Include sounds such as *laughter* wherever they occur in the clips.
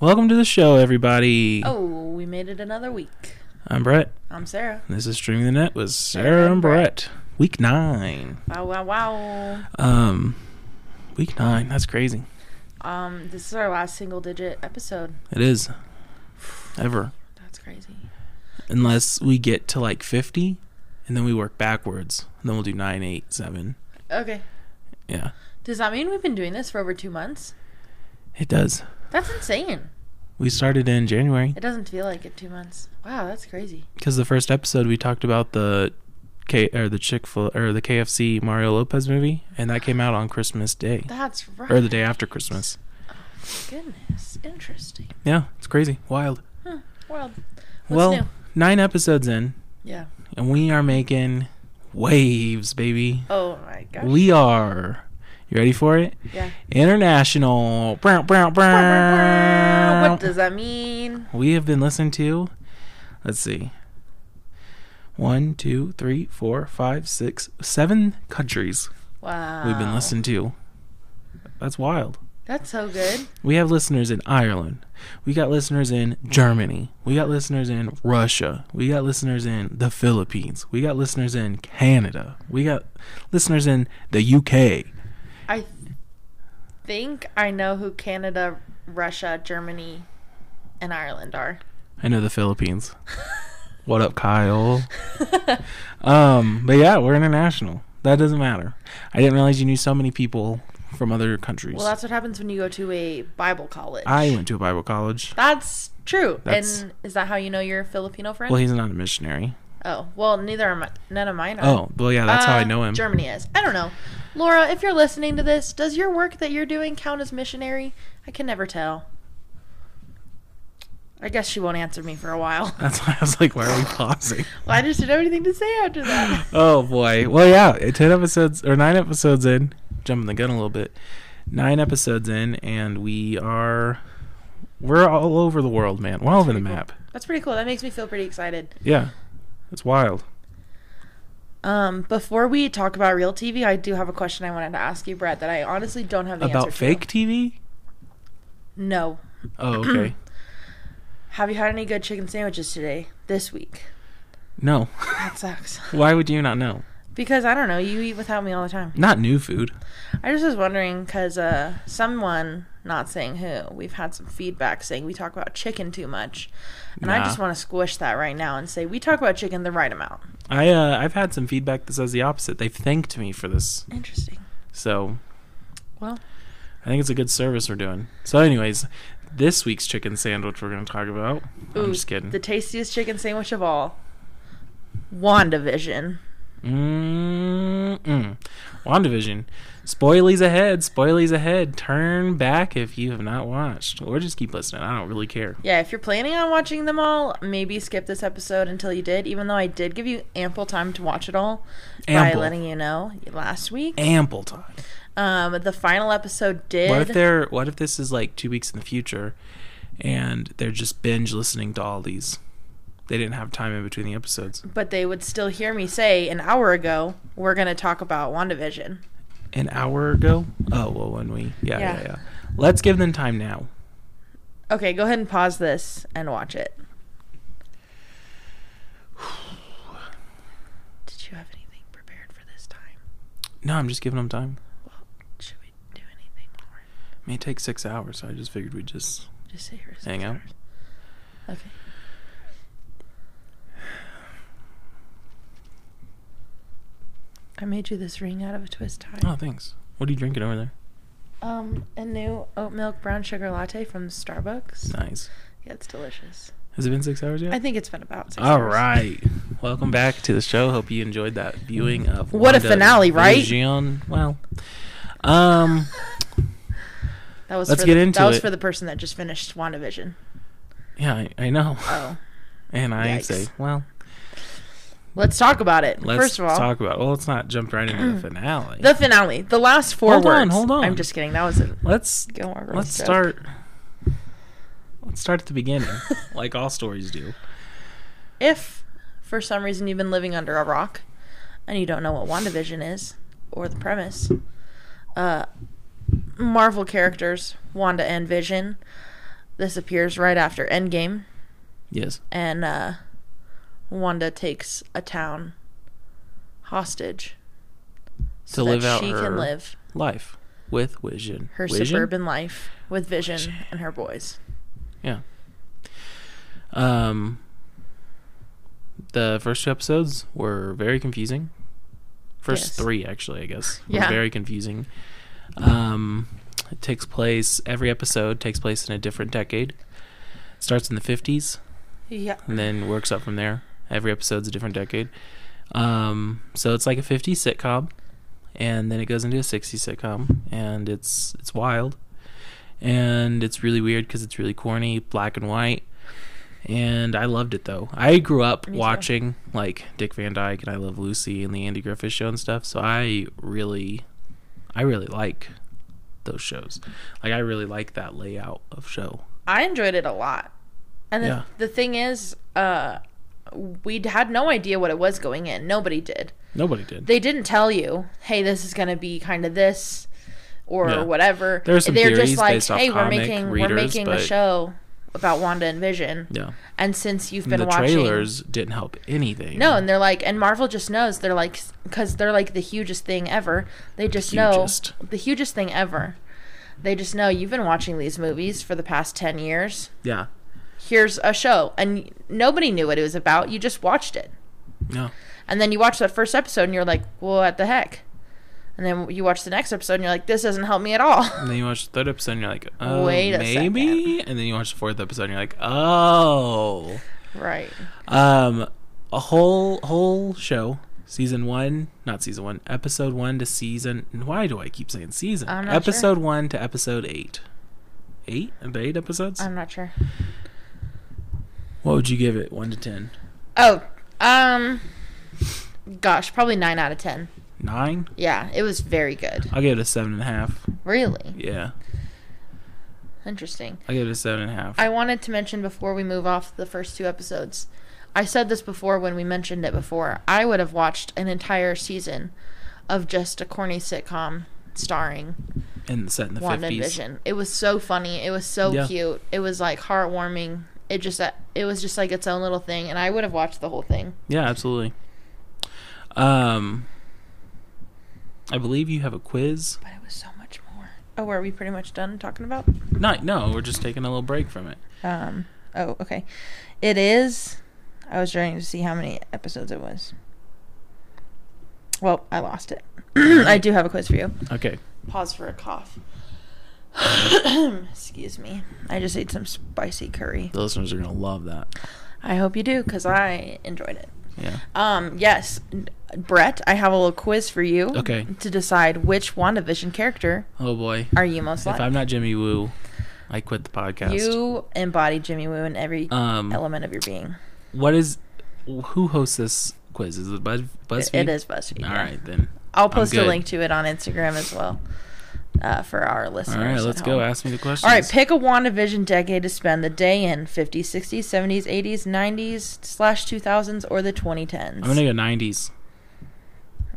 Welcome to the show, everybody. Oh, we made it another week. I'm Brett. I'm Sarah. This is Streaming the Net with Sarah and Brett. Week nine. Wow, wow, wow. Um, week nine. That's crazy. Um, this is our last single digit episode. It is. Ever. That's crazy. Unless we get to like 50 and then we work backwards. And then we'll do nine, eight, seven. Okay. Yeah. Does that mean we've been doing this for over two months? It does. That's insane. We started in January It doesn't feel like it two months. Wow, that's crazy. because the first episode we talked about the K or the Chick fil or the KFC Mario Lopez movie, and that came out on Christmas Day That's right. Oh, or the day after Christmas. Goodness. Interesting. Yeah, it's crazy, wild. Huh. World. What's well, new? nine episodes in, Yeah. and we are making waves, baby. Oh my gosh. We are. You ready for it? yeah. International. Brown, brown, brown. What does that mean? we have been listened to. Let's see. One, two, three, four, five, six, seven countries Wow. we've been listened to. That's wild. That's so good. We have listeners in Ireland. We got listeners in Germany. We got listeners in Russia. We got listeners in the Philippines. We got listeners in Canada. We got listeners in the UK. I th- think I know who Canada, Russia, Germany, and Ireland are. *laughs* I know the Philippines. what up, Kyle? um, but yeah, we're international. That doesn't matter. I didn't realize you knew so many people from other countries. Well, that's what happens when you go to a Bible college. I went to a Bible college. That's true. That's- And is that how you know your Filipino friend? Well, he's not a missionary. oh, well, neither are my, none of mine. Are. Oh, well, yeah, that's how I Uh, know him. Germany is. I don't know. Laura, if you're listening to this, does your work that you're doing count as missionary? I can never tell. I guess she won't answer me for *laughs* a while. That's why I was like, why are we pausing? well, I just didn't have anything to say after that. *laughs* Oh boy. Well, yeah, eh, ten episodes or nine episodes in. Jumping the gun a little bit. Nine episodes in, and we are we're all over the world, man. We're all over the Pretty cool. map. That's pretty cool. That makes me feel pretty excited. Yeah, it's wild. Um, before we talk about real TV, I do have a question I wanted to ask you, Brett, that I honestly don't have the About answer fake TV? To. No. Oh, *clears throat* okay. Have you had any good chicken sandwiches today, this week? no. *laughs* That sucks. *laughs* Why would you not know? Because I don't know, you eat without me all the time. Not new food. I just was wondering because uh, someone, not saying who, we've had some feedback saying we talk about chicken too much, and I Nah. just want to squish that right now and say we talk about chicken the right amount. I uh, I've had some feedback that says the opposite. They've thanked me for this, Interesting. so Well, I think it's a good service we're doing. So, anyways, this week's chicken sandwich we're going to talk about. I'm ooh, just kidding. The tastiest chicken sandwich of all, Wandavision. Mm-mm. WandaVision. Spoilies ahead. Spoilies ahead. Turn back if you have not watched. Or just keep listening. I don't really care. Yeah, if you're planning on watching them all, maybe skip this episode until you did, even though I did give you ample time to watch it all by Ample. letting you know last week. Ample time. Um, the final episode did. What if they're what if this is like two weeks in the future and they're just binge listening to all these? They didn't have time in between the episodes. but they would still hear me say an hour ago, we're going to talk about WandaVision. An hour ago? Oh well when we yeah, yeah, Yeah. yeah. Let's give them time now. Okay, go ahead and pause this and watch it. Did you have anything prepared for this time? No, I'm just giving them time. Should we do anything more? It may take six hours, so I just figured we'd just Just sit here. hang out. Okay. I made you this ring out of a twist tie. Oh thanks. What are you drinking over there? Um, a new oat milk brown sugar latte from Starbucks. Nice. Yeah, it's delicious. Has it been six hours yet? I think it's been about six All hours. *laughs* right. Welcome back to the show. Hope you enjoyed that viewing of What a finale, right? WandaVision. Well, um, That was Let's for get the, into That was it. for the person that just finished WandaVision. yeah, I, I know, Oh, and I Yikes. say, well, let's talk about it. let's First of all, talk about. Well, let's not jump right into *clears throat* the finale. the finale, the last four Hold on, words. hold on. I'm just kidding. That was a let's Gilmore Girls. let's joke. start. Let's start at the *laughs* beginning, like all stories do. If for some reason you've been living under a rock and you don't know what WandaVision is or the premise, uh, Marvel characters Wanda and Vision, This appears right after Endgame, Yes. and uh, Wanda takes a town hostage so To live out she her- can live Life with Vision. her Vision? suburban life with Vision and her boys. Yeah. Um the first two episodes were very confusing. First Yes. three actually, I guess. were Yeah. Very confusing. Um it takes place every episode takes place in a different decade. Starts in the 50s Yeah. and then works up from there. Every episode's a different decade. Um so it's like a 50s sitcom and then it goes into a 60s sitcom and it's it's wild and it's really weird because it's really corny, black and white. And I loved it though. I grew up Me too. watching like Dick Van Dyke and I Love Lucy and the Andy Griffith Show and stuff. So I really, I really like those shows. Like I really like that layout of show. I enjoyed it a lot. And the, Yeah. the thing is, uh, we had no idea what it was going in. Nobody did. Nobody did. They didn't tell you, hey, this is going to be kind of this or Yeah. whatever. There are some They're just theories like, based off hey, we're comic making we're readers, making a but- show about Wanda and Vision. yeah, And since you've and been the watching trailers didn't help anything. No, and they're like, and Marvel just knows. They're like, because they're like the hugest thing ever. They just hugest. know the hugest thing ever. They just know you've been watching these movies for the past ten years. yeah, Here's a show, and nobody knew what it was about. You just watched it, no, and then you watch that first episode, and you're like, what the heck? And then you watch the next episode, and you're like, this doesn't help me at all. And then you watch the third episode and you're like, oh, Wait a maybe. And then you watch the fourth episode and you're like, oh. *laughs* right. Um, a whole whole show, season one, not season one, episode one to season. Why do I keep saying season? I'm not episode one to episode eight. Eight? Are there eight episodes? I'm not sure. what would you give it? One to ten? Oh, um, gosh, probably nine out of ten. Nine? Yeah, it was very good. I'll give it a seven and a half. Really Yeah, interesting. I'll give it a seven and a half. I wanted to mention before we move off the first two episodes. I said this before when we mentioned it before. I would have watched an entire season of just a corny sitcom starring and set in the Wanda and fifties. Vision. It was so funny. It was so Yeah. cute. It was like heartwarming. It just uh, it was just like its own little thing, and I would have watched the whole thing. Yeah, absolutely. Um, I believe you have a quiz. But it was so much more. Oh, are we pretty much done talking about? Not, no, we're just taking a little break from it. Um. Oh, okay. It is. I was trying to see how many episodes it was. Well, I lost it. *clears throat* I do have a quiz for you. Okay. Pause for a cough. *coughs* Excuse me. I just ate some spicy curry. The listeners are going to love that. I hope you do, cause I enjoyed it. Yeah. Um. Yes, n- Brett. I have a little quiz for you. Okay. To decide which WandaVision character Oh, boy. are you most like. If I'm not Jimmy Woo, I quit the podcast. you embody Jimmy Woo in every Um, element of your being. what is who hosts this quiz? Is it Buzz, BuzzFeed? It is BuzzFeed. All yeah. right then. I'll I'm post a good. link to it on Instagram as well uh, for our listeners. All right, at let's go. home. Ask me the questions. All right, pick a WandaVision decade to spend the day in 50s, 60s, 70s, 80s, 90s, slash 2000s, or the 2010s. I'm gonna go 90s.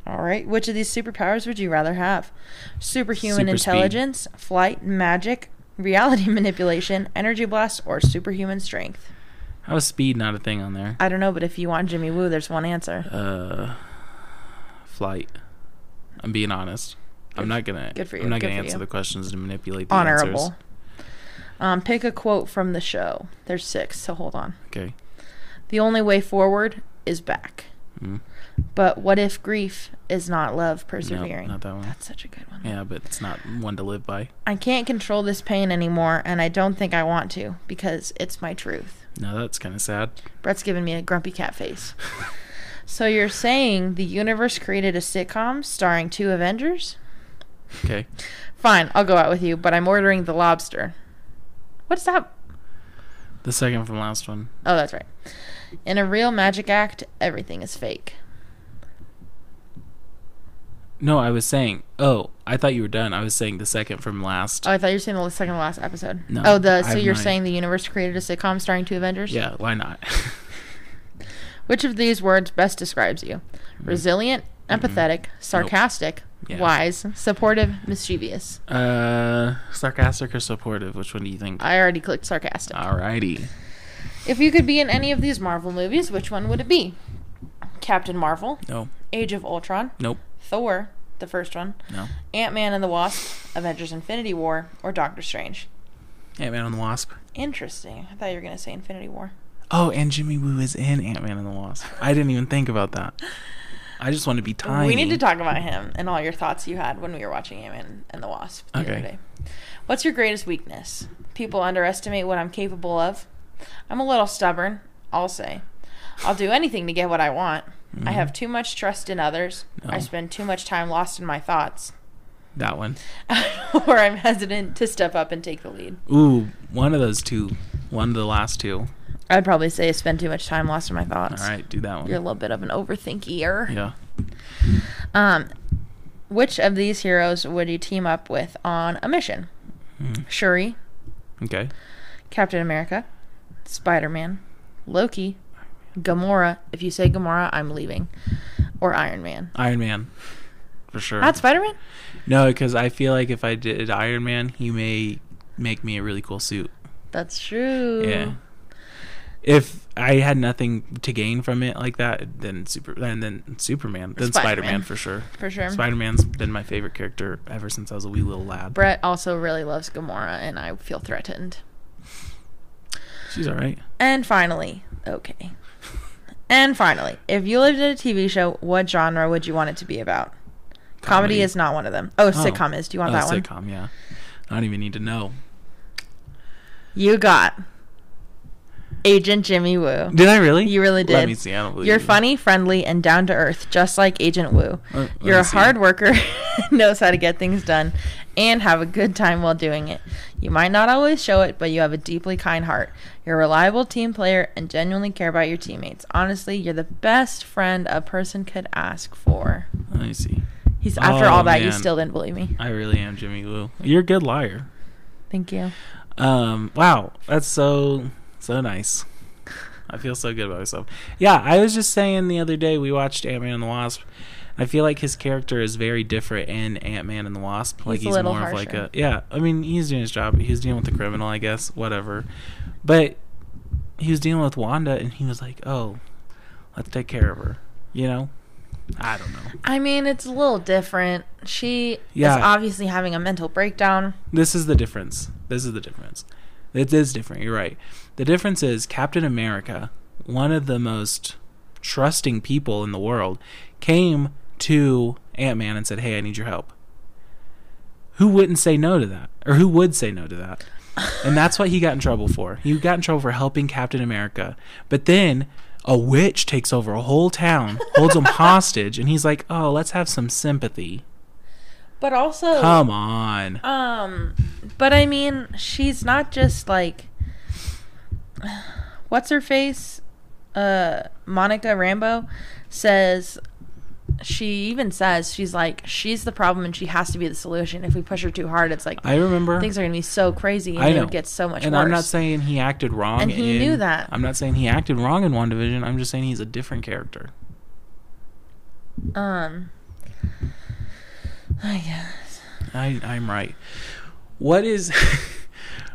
All right, which of these superpowers would you rather have? Superhuman Super speed. intelligence, flight, magic, reality *laughs* manipulation, energy blast, or superhuman strength? How is speed not a thing on there? I don't know, but if you want Jimmy Woo, there's one answer. Uh, flight. I'm being honest. I'm not gonna. good for you, I'm not good gonna for answer you. the questions to manipulate the Honorable. answers. Um, pick a quote from the show. There's six, so hold on. Okay. The only way forward is back. Mm. But what if grief is not love No, persevering? not that one. That's such a good one. Yeah, but it's not one to live by. I can't control this pain anymore, and I don't think I want to because it's my truth. No, that's kind of sad. Brett's giving me a grumpy cat face. so you're saying the universe created a sitcom starring two Avengers? Okay. Fine, I'll go out with you, but I'm ordering the lobster. What's that? The second from last one. Oh, that's right. In a real magic act, everything is fake. No, I was saying. Oh, I thought you were done. I was saying the second from last. Oh, I thought you were saying the second to last episode. No, oh, the I so have you're mine. saying the universe created a sitcom starring two Avengers? yeah, why not? *laughs* Which of these words best describes you? Resilient, empathetic, sarcastic, Mm-hmm. Yeah. wise, supportive, mischievous. Uh, sarcastic or supportive? Which one do you think? I already clicked sarcastic. Alrighty. If you could be in any of these Marvel movies, which one would it be? Captain Marvel, No. Age of Ultron, Nope. Thor, the first one, No. Ant Man and the Wasp, Avengers Infinity War, or Doctor Strange. Ant Man and the Wasp. Interesting. I thought you were going to say Infinity War. Oh, and Jimmy Woo is in Ant Man and the Wasp. I didn't even think about that. I just want to be tiny. We need to talk about him and all your thoughts you had when we were watching Ant Man and the Wasp the Okay. other day. What's your greatest weakness? People underestimate what I'm capable of. I'm a little stubborn, I'll say. I'll do anything to get what I want. I have too much trust in others. Mm-hmm. No. I spend too much time lost in my thoughts. *laughs* that one. or I'm hesitant to step up and take the lead. Ooh, one of those two. One of the last two. I'd probably say spend too much time lost in my thoughts. All right, do that one. You're a little bit of an overthinker. yeah. Um, which of these heroes would you team up with on a mission? Shuri, Hmm. Okay. Captain America, Spider Man, Loki, Gamora. If you say Gamora, I'm leaving. Or Iron Man. Iron Man, for sure. Not Spider Man? no, because I feel like if I did Iron Man, he may make me a really cool suit. That's true. Yeah. If I had nothing to gain from it like that, then super, then then Superman, then Spider Spider-Man. Man for sure. For sure. Spider Man's been my favorite character ever since I was a wee little lad. Brett also really loves Gamora, and I feel threatened. She's all right. And finally, okay. And finally, if you lived in a TV show, what genre would you want it to be about? Comedy, is not one of them. Oh, sitcom is. Do you want Oh, that one? Sitcom, yeah. I don't even need to know. You got Agent Jimmy Woo. Did I really? You really did. Let me see. I don't believe You're you. funny, friendly, and down to earth, just like Agent Woo. Uh, Let- let You're me a see. hard worker, *laughs* knows how to get things done, and have a good time while doing it. You might not always show it, but you have a deeply kind heart. You're a reliable team player and genuinely care about your teammates. Honestly, you're the best friend a person could ask for. Let me see. He's after Oh, all that, you man. still didn't believe me. I really am Jimmy Woo. You're a good liar. Thank you. Um, wow, that's so so nice. I feel so good about myself. Yeah, I was just saying the other day we watched Ant Man and the Wasp. I feel like his character is very different in Ant Man and the Wasp. Like He's a he's, little more of like harsher. a yeah. I mean, he's doing his job. He was dealing with the criminal, I guess. Whatever, but he was dealing with Wanda, and he was like, "Oh, let's take care of her." You know, I don't know. I mean, it's a little different. She Yeah. is obviously having a mental breakdown. This is the difference. This is the difference. It is different. You're right. The difference is Captain America, one of the most trusting people in the world, came to Ant Man and said, Hey, I need your help. Who wouldn't say no to that? Or who would say no to that? And that's what he got in trouble for. He got in trouble for helping Captain America. But then a witch takes over a whole town, holds him *laughs* hostage, and he's like, Oh, let's have some sympathy. But also, Come on. um, but I mean, she's not just like, what's her face? Uh, Monica Rambo says, she even says, she's like, she's the problem and she has to be the solution. If we push her too hard, it's like, I remember things are going to be so crazy and I it know. would get so much and worse. I'm not saying he acted wrong. And he knew in- that. I'm not saying he acted wrong in WandaVision. I'm just saying he's a different character. um, I guess. I, I'm right. What is? *laughs*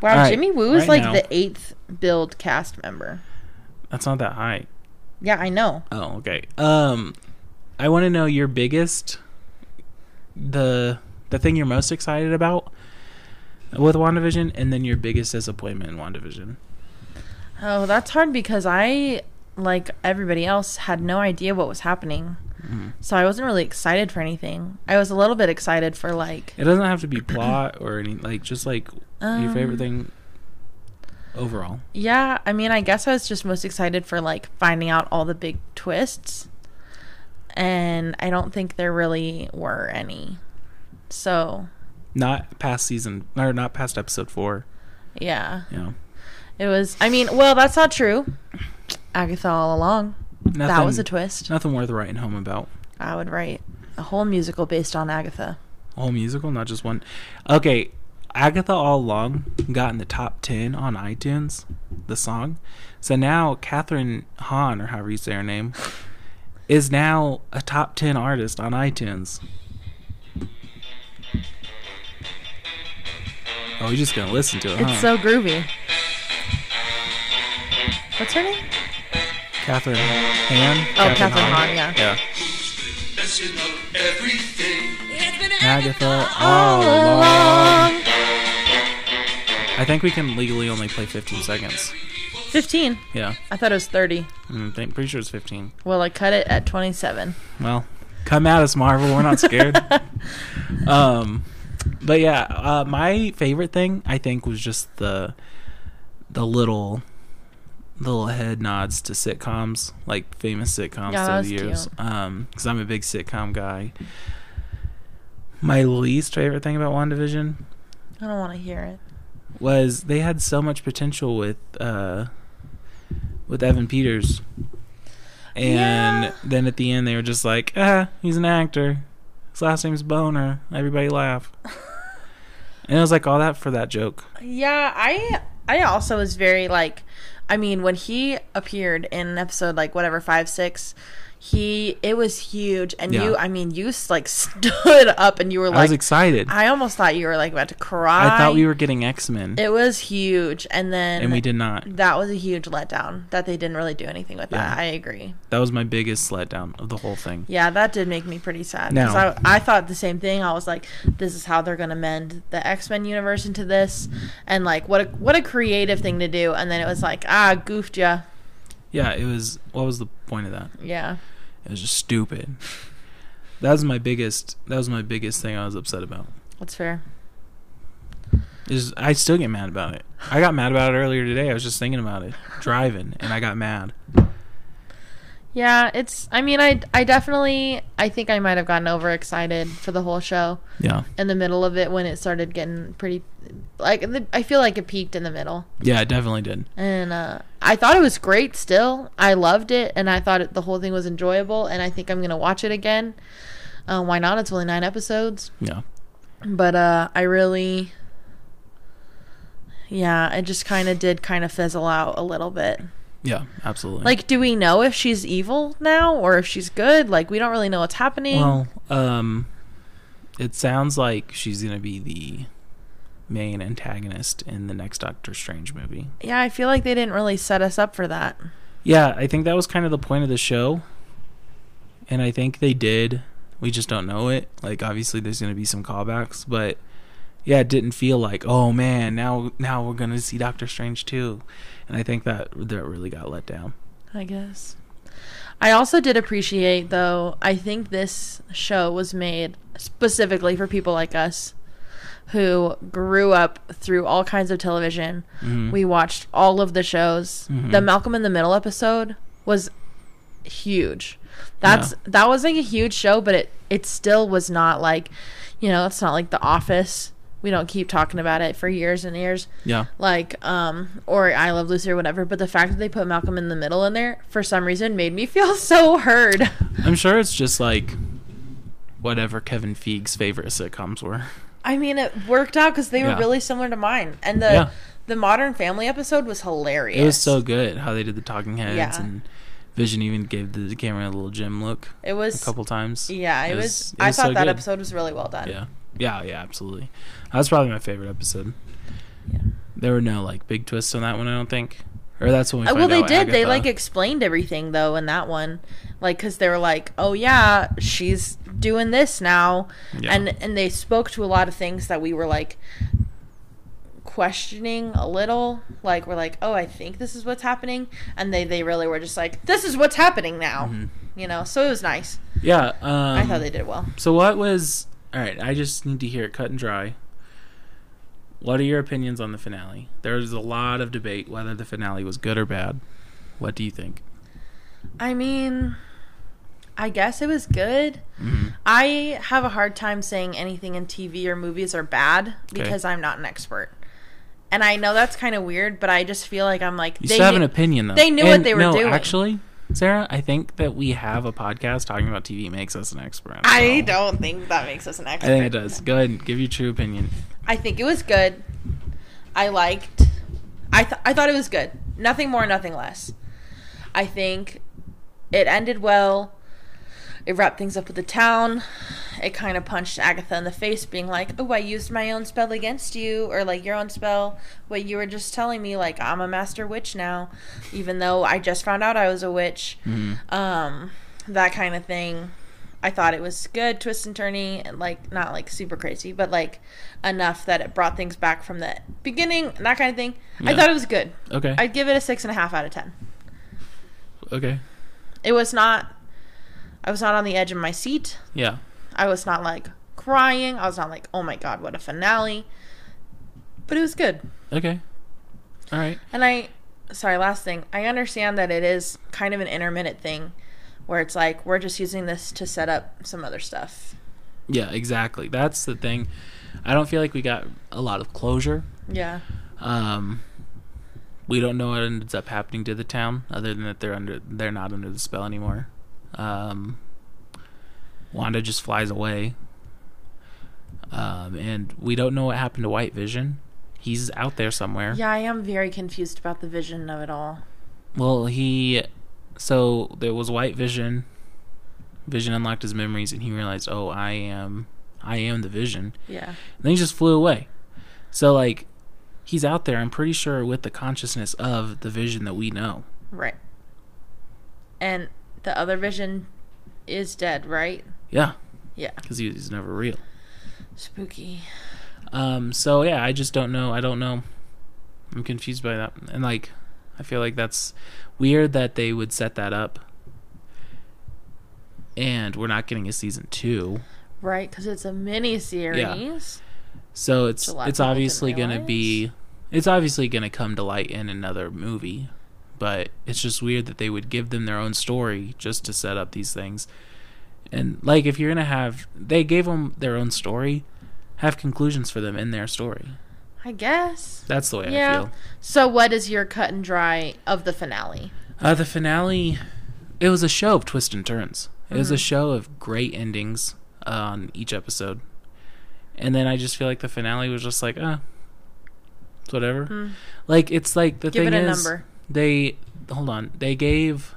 Wow, All right, Jimmy Woo is right like now- the eighth build cast member. That's not that high. Yeah, I know. Oh, okay. Um, I want to know your biggest, the the thing you're most excited about with WandaVision, and then your biggest disappointment in WandaVision. Oh, that's hard because I, like everybody else, had no idea what was happening. So I wasn't really excited for anything. I was a little bit excited for like It doesn't have to be plot or any like just like your Um, favorite thing overall. yeah, I mean, I guess I was just most excited for like finding out all the big twists. And I don't think there really were any. So, Not past season or not past episode four. yeah. You know. It was I mean, well, that's not true. Agatha all along. that was a Nothing- twist. Nothing worth writing home about. I would write a whole musical based on Agatha. A whole musical, not just one. Okay, Agatha All Along got in the top 10 on iTunes, the song. So now Catherine Hahn, or however you say her name, is now a top 10 artist on iTunes. Oh, you're just gonna listen to it, It's huh? so groovy. What's her name? Catherine Han. Oh, Catherine Hahn, yeah. Yeah. Let's you know everything. It's been Agatha all All along. along. I think we can legally only play 15 seconds. 15. Yeah. I thought it was 30. Mm, think, pretty sure it's 15. Well, I cut it at 27. Well, come at us, Marvel. We're not *laughs* scared. um, but yeah, uh, my favorite thing I think was just the the little little head nods to sitcoms, like famous sitcoms Yeah, that through the was years. Um, because I'm a big sitcom guy. My least favorite thing about WandaVision I don't want to hear it. was they had so much potential with uh with Evan Peters. And Yeah. then at the end they were just like, ah, he's an actor. His last name's Boner. Everybody *laughs* laugh. and it was like all that for that joke. Yeah, I I also was very like I mean, when he appeared in an episode like whatever 5 6, he it was huge and Yeah. you I mean, you s- like *laughs* stood up and you were I was like excited. I, I almost thought you were like about to cry. thought we were getting X Men. It was huge and then And we did not. That was a huge letdown that they didn't really do anything with that. Yeah. I agree. That was my biggest letdown of the whole thing. Yeah, that did make me pretty sad. No. Because I, I thought the same thing. I was like, this is how they're going to mend the X Men universe into this. And like, what a, what a creative thing to do. And then it was like, ah, goofed ya. Yeah, it was what was the point of that? Yeah. It was just stupid. That was my biggest that was my biggest thing I was upset about. That's fair. Is I still get mad about it. I got mad about it earlier today. I was just thinking about it driving, and I got mad. Yeah, it's, I mean, I, I definitely, I think I might have gotten overexcited for the whole show Yeah, in the middle of it when it started getting pretty, like, the, I feel like it peaked in the middle. yeah, it definitely did. and uh, I thought it was great. Still, I loved it, and I thought it, the whole thing was enjoyable. And I think I'm gonna watch it again. Uh, why not? It's only nine episodes, Yeah, but uh, I really, yeah, it just kind of did kind of fizzle out a little bit. yeah, absolutely. Like, do we know if she's evil now or if she's good? Like, we don't really know what's happening. well, um, it sounds like she's gonna be the main antagonist in the next Doctor Strange movie. yeah, I feel like they didn't really set us up for that. Yeah, I think that was kind of the point of the show, and I think they did. We just don't know it. Like, obviously, there's gonna be some callbacks, but yeah, it didn't feel like, oh man, now now we're gonna see Doctor Strange too, and I think that that really got let down. I guess. I also did appreciate, though, I think this show was made specifically for people like us who grew up through all kinds of television. Mm-hmm. We watched all of the shows. The Malcolm in the Middle episode was huge. That's that was like a huge show, but it it still was not like, you know, it's not like The Office. We don't keep talking about it for years and years Yeah, like um or I Love Lucy or whatever, but the fact that they put Malcolm in the middle in there for some reason made me *laughs* feel so heard. I'm sure it's just like whatever Kevin Feig's favorite sitcoms were. I mean, it worked out because they were Yeah. really similar to mine, and the Yeah. the Modern Family episode was hilarious. It was so good how they did the talking heads Yeah. and Vision even gave the camera a little Jim look It a was couple times. yeah. It, was, it I was thought so that good. episode was really well done. Yeah, yeah, yeah, absolutely. That was probably my favorite episode. Yeah. There were no like big twists on that one. I don't think, or that's when we. Uh, Find well, they out did. They Agatha- like explained everything though in that one, like because they were like, "Oh yeah, she's doing this now," Yeah. and and they spoke to a lot of things that we were like questioning a little. Like we're like, "Oh, I think this is what's happening," and they they really were just like, "This is what's happening now," Mm-hmm. you know. So it was nice. Yeah, um, I I thought they did well. So what was all right? I just need to hear it cut and dry. What are your opinions on the finale? There's a lot of debate whether the finale was good or bad. What do you think? I mean, I guess it was good. I have a hard time saying anything in TV or movies are bad because I'm not an expert. And I know that's kind of weird, but I just feel like I'm like You they still have knew- an opinion though. they knew what they were no, doing. Actually, Sarah, I think that we have a podcast talking about TV makes us an expert. I so- don't think that makes us an I expert. think it does. Go ahead and give your true opinion. I think it was good. I liked. I th- I thought it was good. Nothing more, nothing less. I think it ended well. It wrapped things up with the town. It kind of punched Agatha in the face, being like, "Oh, I used my own spell against you, or like your own spell. What you were just telling me, like I'm a master witch now, even though I just found out I was a witch." Mm-hmm. Um, that kind of thing. I thought it was good twist and turny, and like not like super crazy, but like enough that it brought things back from the beginning, and that kind of thing. I Yeah. thought it was good. Okay. I'd give it a six and a half out of ten. okay. It was not. I was not on the edge of my seat. Yeah. I was not like crying. I was not like, oh my god, what a finale. But it was good. Okay. All right. And I, sorry, last thing. I understand that it is kind of an intermittent thing where it's like, we're just using this to set up some other stuff. Yeah, exactly. That's the thing. I don't feel like we got a lot of closure. Yeah. Um, we don't know what ends up happening to the town, other than that they're under they're not under the spell anymore. Um, Wanda just flies away, um, and we don't know what happened to White Vision. He's out there somewhere. Yeah, I am very confused about the vision of it all. Well, he so there was White Vision. Vision unlocked his memories, and he realized, oh, I am, I am the Vision. Yeah. And then he just flew away. So like he's out there, I'm pretty sure with the consciousness of the vision that we know. Right. And the other vision is dead, right? Yeah, Yeah. cuz he, he's never real. Spooky. Um so yeah, I just don't know. I don't know. I'm confused by that. And like I feel like that's weird that they would set that up. And we're not getting a season 2. Right, because it's a mini series. So it's a lot it's people didn't obviously going to be it's obviously going to come to light in another movie, but it's just weird that they would give them their own story just to set up these things. And like if you're going to have they gave them their own story, have conclusions for them in their story. I guess. That's the way I Yeah. feel. So, what is your cut and dry of the finale? Uh, the finale, it was a show of twists and turns. It was a show of great endings on each episode. And then I just feel like the finale was just like, uh, it's whatever. Like, it's like the Hmm. Give thing it a is, number. they, hold on, they gave,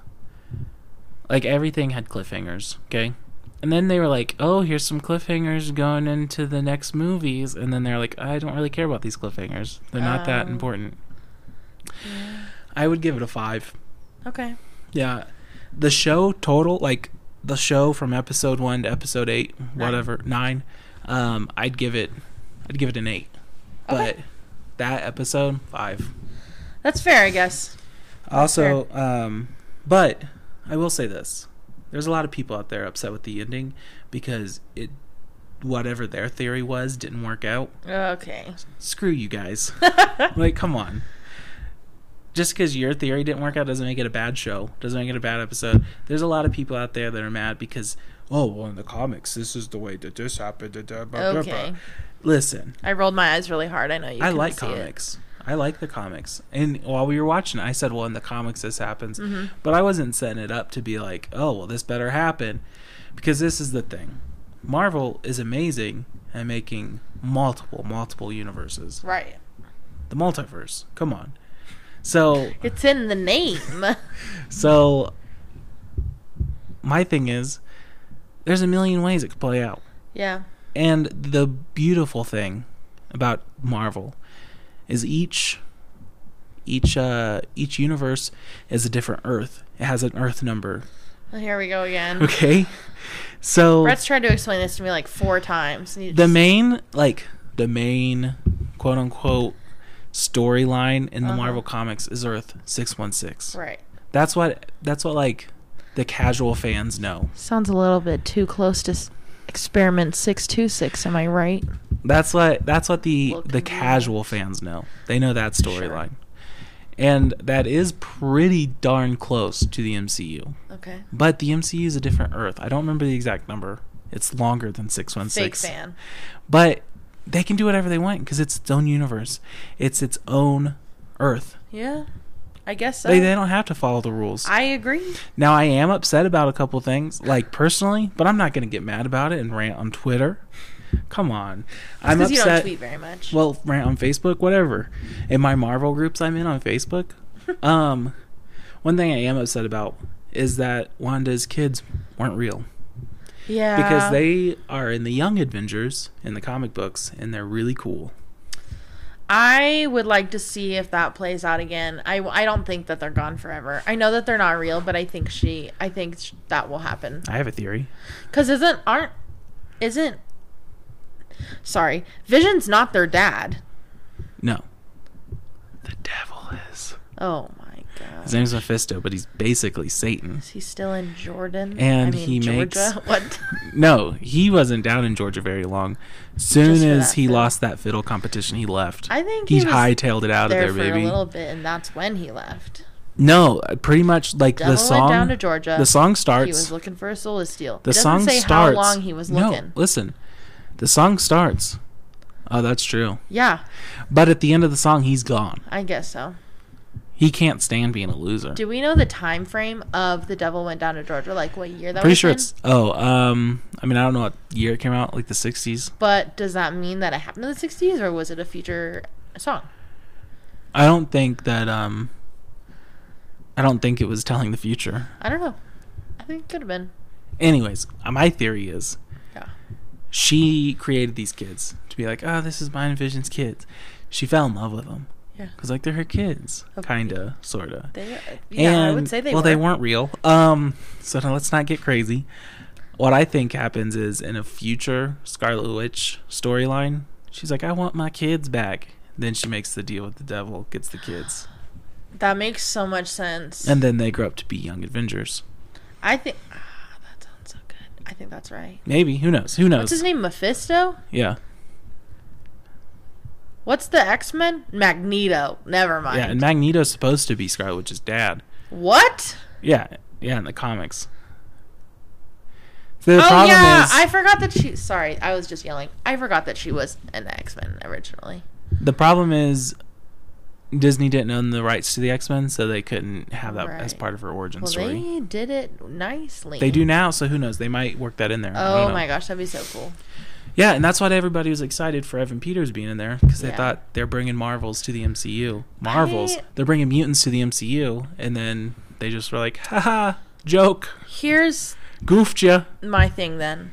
like, everything had cliffhangers, okay? And then they were like, oh, here's some cliffhangers going into the next movies. And then they're like, I don't really care about these cliffhangers. They're not that Um, important. I would give it a five. Okay. Yeah. The show total, like the show from episode one to episode eight, whatever, nine, um, I'd give it I'd give it an eight. Okay. But that episode, five. That's fair, I guess. Also, um but I will say this. There's a lot of people out there upset with the ending because it whatever their theory was didn't work out. Okay. *laughs* Screw you guys. like, come on. Just because your theory didn't work out doesn't make it a bad show. Doesn't make it a bad episode. There's a lot of people out there that are mad because, oh, well, in the comics, this is the way that this happened. da, da, blah, blah, Okay. blah." Listen, I rolled my eyes really hard. I know you. I couldn't like see it. comics. I like the comics. And while we were watching, it, I said, well, in the comics, this happens. Mm-hmm. But I wasn't setting it up to be like, oh, well, this better happen. Because this is the thing Marvel is amazing at making multiple, multiple universes Right. the multiverse. Come on. So It's in *laughs* the name. *laughs* so my thing is there's a million ways it could play out. yeah. And the beautiful thing about Marvel is each each uh each universe is a different earth. It has an earth number. *laughs* Here we go again. Okay? So Brett's tried to explain this to me like four times. and you the just- main like the main quote unquote storyline in the Uh-huh. Marvel comics is Earth 616. Right. That's what that's what like the casual fans know. Sounds a little bit too close to experiment six two six. Am I right? That's what that's what the Well, the convenient. casual fans know. They know that storyline. And that is pretty darn close to the MCU. Okay. But the MCU is a different earth. I don't remember the exact number. It's longer than Big 616. fan. But they can do whatever they want cuz it's its own universe. It's its own earth. Yeah. I guess so. They, they don't have to follow the rules. I agree. Now I am upset about a couple things, like personally, but I'm not gonna get mad about it and rant on Twitter. Come on, I'm Because upset. you don't tweet very much. *laughs* Well, rant on Facebook, whatever. In my Marvel groups I'm in on Facebook, um, one thing I am upset about is that Wanda's kids weren't real. Yeah. because they are in the Young Avengers in the comic books, and they're really cool. I would like to see if that plays out again. I, I don't think that they're gone forever. I know that they're not real, but I think she I think sh- that will happen. I have a theory. Cuz isn't aren't isn't Sorry. Vision's not their dad. No, the devil is. Oh my god. His name's Mephisto, but he's basically Satan. Is he still in Jordan? And I mean, he Georgia? makes- *laughs* *laughs* what? No, he wasn't down in Georgia very long. Soon Just for as that he fiddle. lost that fiddle competition, he left. I think he, he was hightailed it out there of for there, baby. a little bit, and that's when he left. No, pretty much like Devil the song. went down to Georgia. The song starts. He was looking for a soul to steal. the it doesn't song say starts. how long he was looking. No, listen. The song starts. Oh, that's true. Yeah, But at the end of the song, he's gone. I guess so. He can't stand being a loser. Do we know the time frame of The Devil Went Down to Georgia? Like what year that Pretty was sure in? it's. Oh, um, I mean, I don't know what year it came out, like the '60s. But does that mean that it happened in the 60s or was it a future song? I don't think that. Um, I don't think it was telling the future. I don't know. I think it could have been. Anyways, uh, my theory is Yeah. she created these kids to be like, oh, this is mine and Vision's kids. She fell in love with them Yeah. because, like, they're her kids, Okay. kinda, sorta. They, yeah, I would And- say they well, were. they weren't real. Um, so now let's not get crazy. What I think happens is in a future Scarlet Witch storyline, she's like, "I want my kids back." Then she makes the deal with the devil, gets the kids, That makes so much sense. and then they grow up to be young Avengers. I think. Ah, that sounds so good. I think that's right. Maybe who knows? Who What's knows? his name? Mephisto? Yeah, What's the X Men? Magneto. Never mind. yeah. And Magneto's supposed to be Scarlet Witch's dad. what? Yeah, yeah. In the comics. The oh problem yeah, is I forgot that she. Sorry, I was just yelling. I forgot that she was an X Men originally. the problem is Disney didn't own the rights to the X Men, so they couldn't have that as Right. part of her origin Well, story. they did it nicely. They do now, so who knows? They might work that in there. I don't Oh know. my gosh, that'd be so cool. Yeah, and that's why everybody was excited for Evan Peters being in there because they Yeah. thought they're bringing Marvels to the MCU. Marvels, I- they're bringing mutants to the MCU, and then they just were like, haha, joke, Here's goofed ya. my thing then.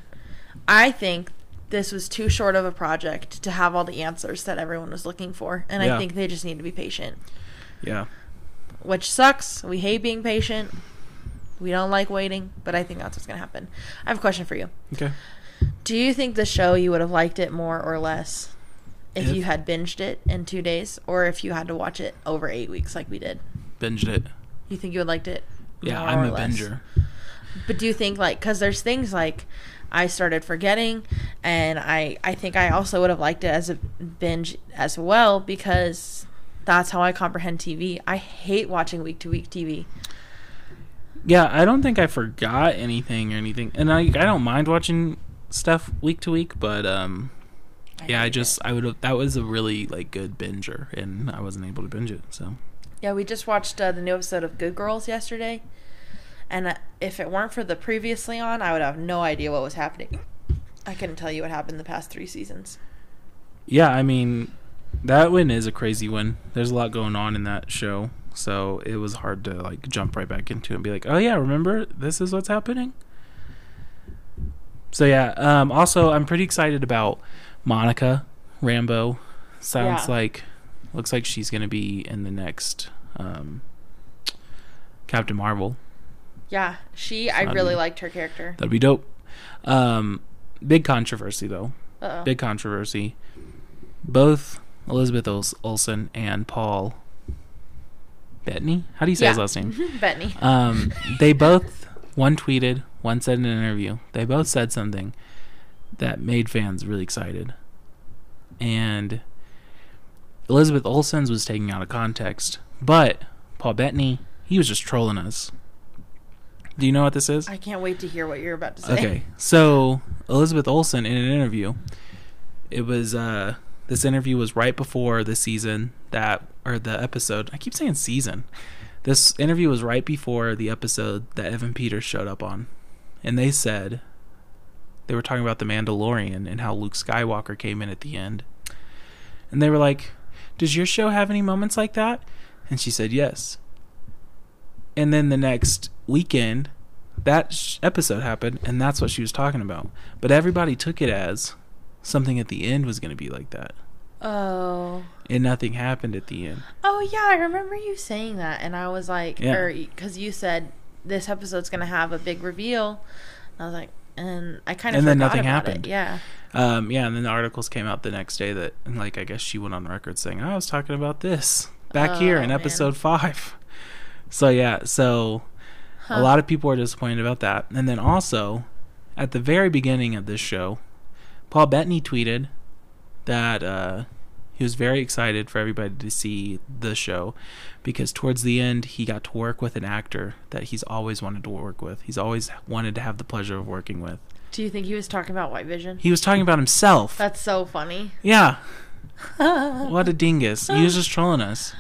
I think this was too short of a project to have all the answers that everyone was looking for, and Yeah. I think they just need to be patient. Yeah, which sucks. We hate being patient. We don't like waiting, but I think that's what's going to happen. I have a question for you. okay. Do you think the show you would have liked it more or less if, If- you had binged it in 2 days or if you had to watch it over 8 weeks like we did? Binged it. You think you would liked it? Yeah, more I'm or a less? binger. But do you think like cuz there's things like I started forgetting and I I think I also would have liked it as a binge as well because that's how I comprehend TV. I hate watching week to week TV. Yeah, I don't think I forgot anything or anything, and I I don't mind watching stuff week to week, but um, yeah, hate I it. just I would have that was a really like good binger, and I wasn't able to binge it, so. Yeah, we just watched uh, the new episode of Good Girls yesterday, and uh, if it weren't for the previously on, I would have no idea what was happening. I couldn't tell you what happened the past three seasons. Yeah, I mean, that one is a crazy one. There's a lot going on in that show, so it was hard to like jump right back into it and be like, "Oh yeah, remember this is what's happening." So yeah, um also I'm pretty excited about Monica Rambo. Sounds Yeah. like looks like she's going to be in the next um Captain Marvel. Yeah, she. I Funny. really liked her character. That'd be dope. Um big controversy though Uh oh. big controversy. Both Elizabeth Ol- Olsen and Paul Bettany. How do you say his Yeah. last name? *laughs* *laughs* Benny. Um, they both one tweeted, one said in an interview. They both said something that made fans really excited, and Elizabeth Olsen's was taken out of context, but Paul Bettany he was just trolling us. Do you know what this is? I can't wait to hear what you're about to say. Okay. So Elizabeth Olsen in an interview, it was uh this interview was right before the season that or the episode. I keep saying season. This interview was right before the episode that Evan Peters showed up on. And they said they were talking about the Mandalorian and how Luke Skywalker came in at the end. And they were like, "Does your show have any moments like that?" And she said, "Yes." And then the next weekend, that sh- episode happened, and that's what she was talking about. But everybody took it as something at the end was going to be like that, *laughs* Oh. and nothing happened at the end. Oh yeah, I remember you saying that, and I was like, Yeah. or because you said this episode's gonna have a big reveal, and I was like, and I kind of And forgot then nothing about happened. It. Yeah, Um, yeah, and then the articles came out the next day that, and like, I guess she went on record saying, "I was talking about this back here Oh, in man. episode five. So yeah, so a lot of people are disappointed about that. And then also, at the very beginning of this show, Paul Bettany tweeted that uh, he was very excited for everybody to see the show because towards the end he got to work with an actor that he's always wanted to work with. He's always wanted to have the pleasure of working with. Do you think he was talking about White Vision? He was talking about himself. That's *laughs* so funny. *laughs* Yeah. what a dingus. He was just trolling us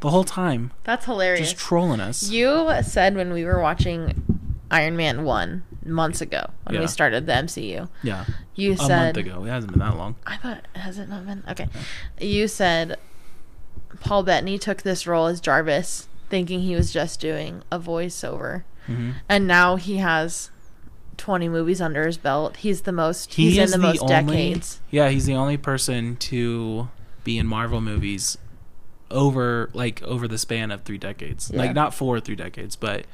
the whole time. That's hilarious. Just trolling us. You said when we were watching Iron Man one months ago when Yeah. we started the MCU, Yeah. you A said month ago. It hasn't been that long. I thought has it not been okay? You said Paul Bettany took this role as Jarvis, thinking he was just doing a voiceover, Mhm. and now he has twenty movies under his belt. He's the most. He he's is in the, most only, decades. Yeah, he's the only person to be in Marvel movies over like over the span of three decades. Yeah. Like not for three decades, but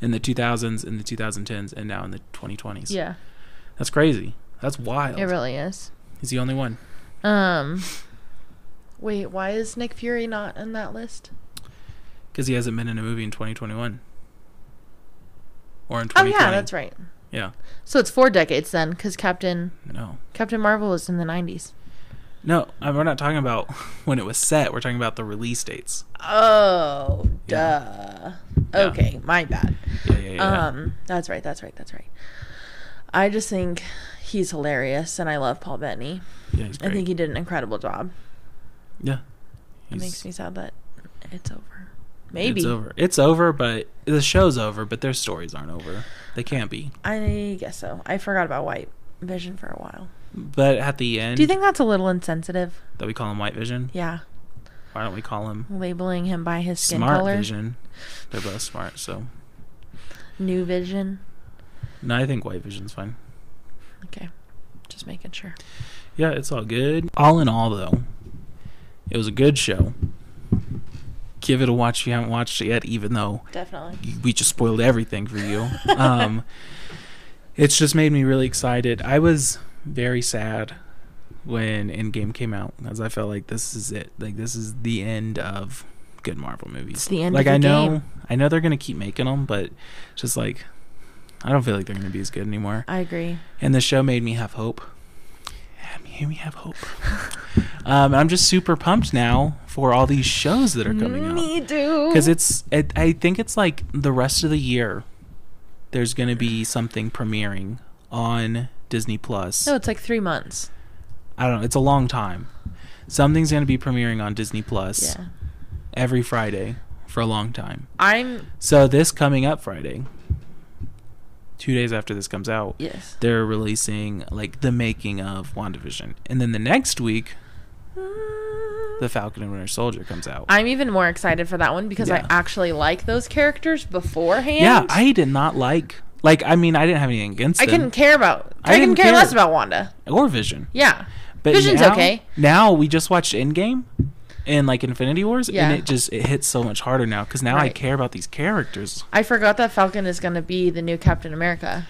in the 2000s, in the 2010s, and now in the 2020s. Yeah, That's crazy. That's wild. it really is. he's the only one. Um, wait, why is Nick Fury not in that list? Because he hasn't been in a movie in 2021. Or in Oh 2020. yeah, that's right. Yeah. So it's four decades then, because Captain No. Captain Marvel was in the nineties. No, uh, we're not talking about *laughs* when it was set. We're talking about the release dates. Oh, Yeah. duh. Yeah. Okay, my bad. Yeah, yeah, yeah. Um, that's right, that's right, that's right. I just think he's hilarious, and I love Paul Bettany. yeah, he's great. I think he did an incredible job. yeah. It He's- makes me sad that it's over. Maybe It's over. It's over, but the show's over, but their stories aren't over. They can't be. I guess so. I forgot about White Vision for a while. But at the end, Do you think that's a little insensitive? that we call him White Vision? Yeah, Why don't we call him labeling him by his skin Smart color, Vision? They're both smart, so. new vision. No, I think White Vision's fine. Okay, just making sure. Yeah, it's all good. All in all, though, it was a good show. Give it a watch if you haven't watched it yet, even though Definitely. we just spoiled everything for you. *laughs* um, it's just made me really excited. I was very sad when Endgame came out, as I felt like this is it. Like this is the end of good Marvel movies. It's the end of Like the I know, game. I know they're gonna keep making them, but just like I don't feel like they're gonna be as good anymore. I agree. And the show made me have hope. Had me- Made me have *laughs* hope. um, I'm just super pumped now for all these shows that are coming out Me too. because it's it, i think it's like the rest of the year there's going to be something premiering on disney plus no, it's like three months. i don't know it's a long time something's going to be premiering on disney plus Yeah. every friday for a long time I'm so this coming up friday two days after this comes out yes. they're releasing like the making of wandavision and then the next week the falcon and winter soldier comes out I'm even more excited for that one because Yeah. I actually like those characters beforehand. yeah i did not like like i mean i didn't have anything against I them. couldn't care about. I I, couldn't didn't care, care. less about Wanda. or vision Yeah. But Vision's now, okay. Now we just watched Endgame and like Infinity Wars, Yeah. and it just it hits so much harder now because now I Right. care about these characters. I forgot that Falcon is going to be the new Captain America.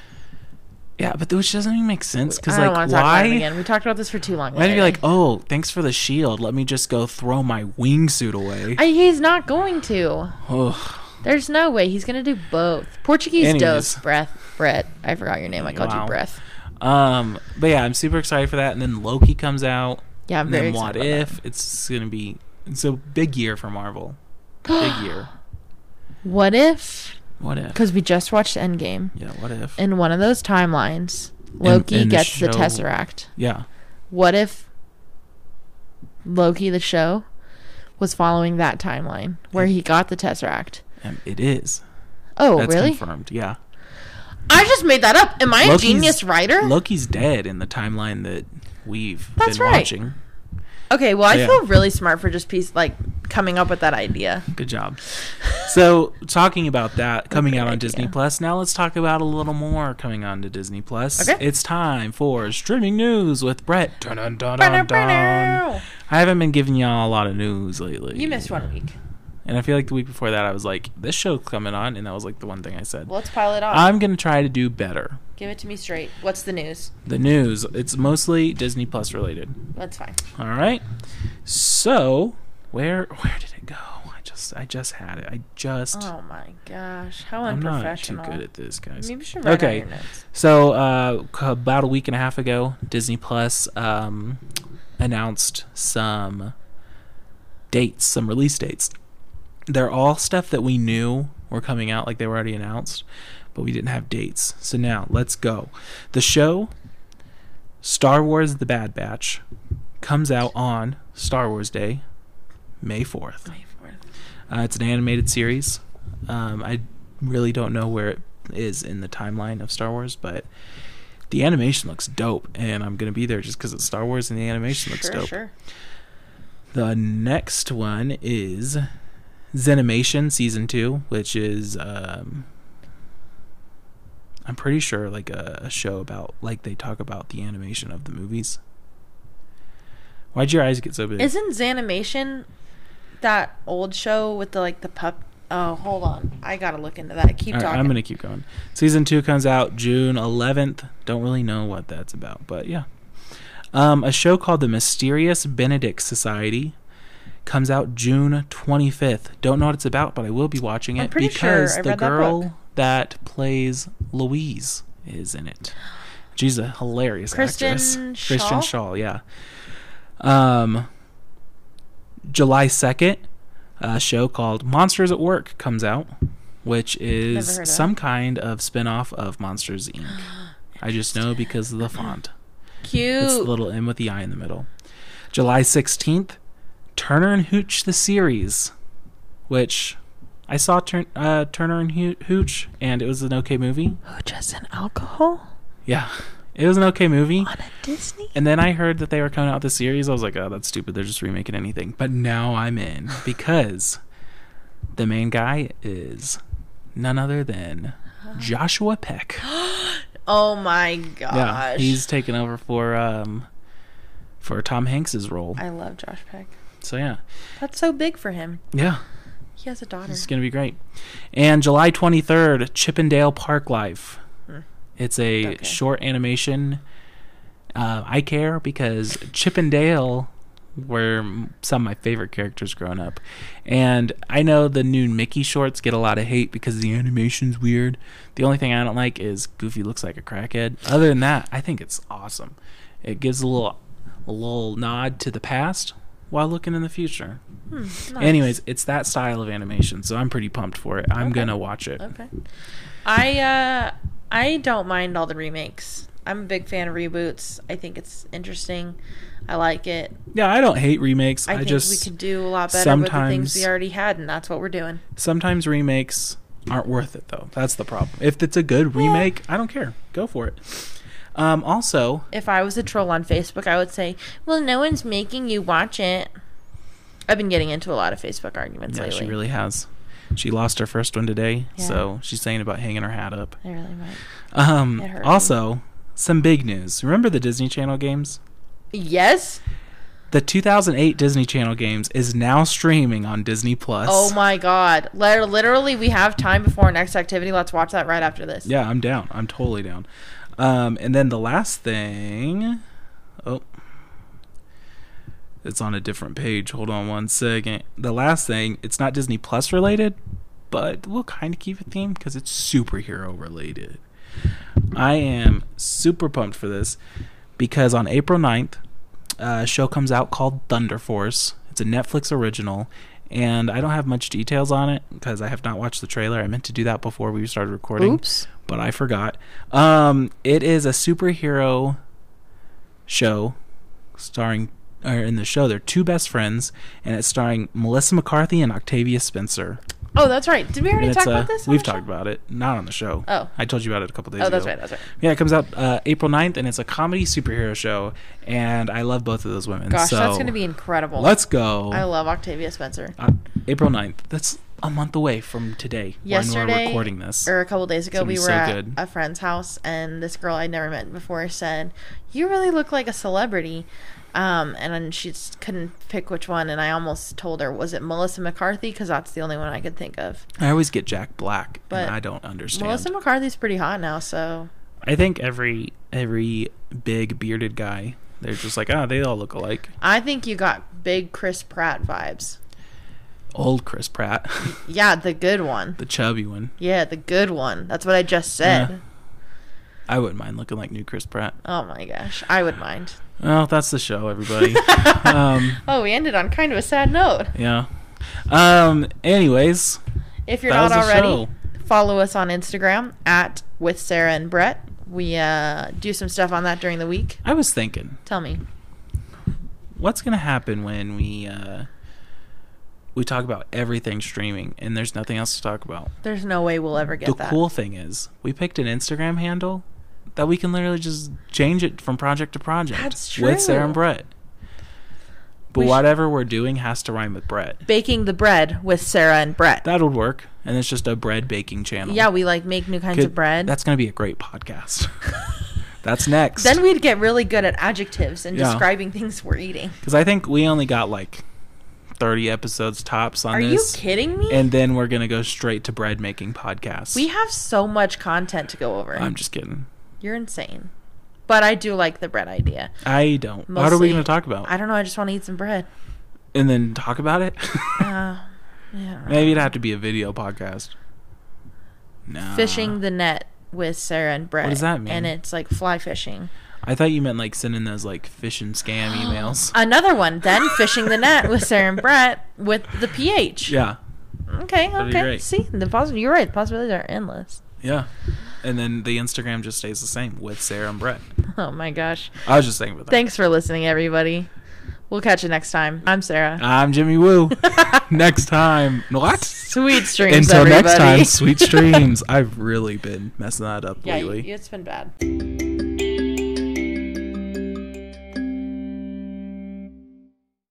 Yeah, but which doesn't even make sense because I don't like want to talk about him why? again. We talked about this for too long. Why do you be already. like, oh, thanks for the shield. Let me just go throw my wingsuit away. I, he's not going to. Ugh. There's no way he's going to do both. Portuguese Anyways. dose breath. Brett. I forgot your name. I called Wow. you breath. Um, but yeah, I'm super excited for that. And then Loki comes out. Yeah, I'm and very then excited. What about If? It's gonna be it's a big year for Marvel. Big *gasps* year. that. What if? What if? Because we just watched Endgame. Yeah. What if? in one of those timelines, Loki in the gets show- the, Tesseract. yeah. What if Loki, the show, was following that timeline where he got the Tesseract? Um, It is. Oh, That's really? confirmed. Yeah. I just made that up. Am I Loki's- a genius writer? Loki's dead in the timeline that we've That's been right. watching. okay, well, I Yeah. feel really smart for just piece like coming up with *laughs* that idea. Good job. So, talking about that coming Good out on idea. Disney Plus, now let's talk about a little more coming on to Disney Plus. Okay. It's time for streaming news with Brett. Dun, dun, dun, dun, dun. I haven't been giving y'all a lot of news lately. You missed one week. And I feel like the week before that, I was like, this show's coming on. And that was like the one thing I said. Well, let's pile it on. I'm going to try to do better. Give it to me straight. What's the news? The news, it's mostly Disney Plus related. That's fine. All right. So, where where did it go? I just I just had it. I just Oh my gosh, how I'm not too unprofessional. good at this, guys. Maybe you should write Okay. down your notes. So, uh, c- about a week and a half ago, Disney Plus um, announced some dates, some release dates. They're all stuff that we knew were coming out, like they were already announced, but we didn't have dates. So now, let's go. The show Star Wars: The Bad Batch comes out on Star Wars Day, May fourth. May 4th. Uh, it's an animated series. Um, I really don't know where it is in the timeline of Star Wars, but the animation looks dope, and I'm gonna be there just because it's Star Wars and the animation looks sure, dope. Sure. The next one is Zenimation season two, which is um, I'm pretty sure like a, a show about like they talk about the animation of the movies. Why'd your eyes get so big? Isn't Zanimation that old show with the like the pup? Oh, hold on. I gotta look into that. Keep All right, talking. I'm gonna keep going. Season two comes out June 11th. Don't really know what that's about, but yeah. Um, a show called The Mysterious Benedict Society comes out June 25th. Don't know what it's about, but I will be watching I'm it pretty sure because I the read that girl book. that, plays Louise is in it. She's a hilarious actress. Kristen Schaal? Christian Shaw, yeah. Um, July 2nd, a uh, show called Monsters at Work comes out, which heard of is it. some kind of spin off of Monsters *gasps* Inc. I just know because of the font. Cute. It's the little M with the I in the middle. July 16th, Turner and Hooch the series, which I saw Turn- uh, Turner and Hoo- Hooch, and it was an okay movie. oh, just an alcohol Yeah, it was an okay movie. on a Disney. *gasps* And then I heard that they were coming out with this series. I was like, oh, that's stupid. They're just remaking anything. But now I'm in because the main guy is none other than Joshua *gasps* Peck. Oh my gosh. Yeah, he's taken over for um for Tom Hanks's role. I love Josh Peck. So yeah, That's so big for him. yeah, He has a daughter. it's gonna be great. And July 23rd, Chippendale Park Life. It's a Okay. short animation. Uh, I care because Chippendale were m- some of my favorite characters growing up, and I know the new Mickey shorts get a lot of hate because the animation's weird. The only thing I don't like is Goofy looks like a crackhead. Other than that, I think it's awesome. It gives a little, a little nod to the past while looking in the future. Hmm, Nice. Anyways, it's that style of animation, so I'm pretty pumped for it. I'm Okay. gonna watch it. Okay. I uh I don't mind all the remakes. I'm a big fan of reboots. I think it's interesting. I like it. Yeah, I don't hate remakes. I, I, think we just could do a lot better with the things we sometimes- already had, and that's what we're doing. sometimes remakes aren't worth it though. That's the problem. If it's a good remake, I don't care. Go for it. Um, also, If I was a troll on Facebook, I would say, "Well, no one's making you watch it." I've been getting into a lot of Facebook arguments yeah, lately. she really has. She lost her first one today, Yeah. so she's saying about hanging her hat up. I really might. Um, It hurt me. also, some big news. Remember the Disney Channel games? Yes. The 2008 Disney Channel games is now streaming on Disney Plus. Oh my God. Lit- Literally, we have time before our next activity. Let's watch that right after this. Yeah, I'm down. I'm totally down. Um, and then the last thing, oh, it's on a different page. Hold on one second. The last thing, it's not Disney Plus related, but we'll kind of keep it themed because it's superhero related. I am super pumped for this because on April 9th, a show comes out called Thunder Force. It's a Netflix original, and I don't have much details on it because I have not watched the trailer. I meant to do that before we started recording Oops. but I forgot. Um, it is a superhero show starring, or in the show, they're two best friends, and it's starring Melissa McCarthy and Octavia Spencer. Oh, that's right. Did we already And talk it's, uh, about this? on We've the show? talked about it, not on the show. Oh. I told you about it a couple days ago. Oh, that's right. That's right. Yeah, it comes out uh, April 9th, and it's a comedy superhero show, and I love both of those women. Gosh, so that's going to be incredible. Let's go. I love Octavia Spencer. uh, April 9th. That's a month away from today when Yesterday, we're recording this. Or a couple days ago, gonna we be were so at good. a friend's house, and this girl I'd never met before said, "You really look like a celebrity," um, and then she just couldn't pick which one. And I almost told her, "Was it Melissa McCarthy?" Because that's the only one I could think of. I always get Jack Black, But and I don't understand. Melissa McCarthy's pretty hot now, so I think every every big bearded guy, they're just like, ah, they all look alike. I think you got big Chris Pratt vibes. Old Chris Pratt, *laughs* Yeah, the good one. the chubby one. Yeah, the good one. That's what I just said. Yeah. I wouldn't mind looking like new Chris Pratt. Oh my gosh, I would mind. Well, that's the show, *laughs* everybody. um, Oh, we ended on kind of a sad note. yeah. Um. Anyways, If you're That not was the already, show. follow us on Instagram at with Sarah and Brett. We uh, do some stuff on that during the week. I was thinking, Tell me. what's gonna happen when we uh, we talk about everything streaming and there's nothing else to talk about? There's no way we'll ever get the that. cool thing is we picked an Instagram handle that we can literally just change it from project to project. That's With Sarah true. and Brett. But We should- whatever we're doing has to rhyme with Brett. Baking the bread with Sarah and Brett. That'll work. And it's just a bread baking channel. yeah, we like make new kinds Could- of bread. That's *laughs* gonna be a great podcast. *laughs* that's next. then we'd get really good at adjectives and Yeah. describing things we're eating. Because I think we only got like thirty episodes tops on Are you this. kidding me? And then we're gonna go straight to bread making podcasts. we have so much content to go over. I'm just kidding. You're insane. But I do like the bread idea. I don't. what are we Mostly- gonna talk about? I don't know. I just want to eat some bread. and then talk about it? *laughs* Uh, yeah, I don't know. Maybe it'd have to be a video podcast. No. fishing the net with Sarah and Brett. does that mean? And it's like fly fishing. I thought you meant like sending those like fish and *gasps* scam emails. Another one, then fishing the net with Sarah and Brett with the pH. yeah. Okay. be Okay. great. See, the pos- You're right. The possibilities are endless. *laughs* Yeah. And then the Instagram just stays the same with Sarah and Brett. Oh my gosh. I was just thinking about that. Thanks for listening, everybody. We'll catch you next time. I'm Sarah. I'm Jimmy *laughs* Woo. next time. What? Sweet streams, Until everybody. *laughs* next time, sweet streams. I've really been messing that up yeah, you- lately. it's been bad.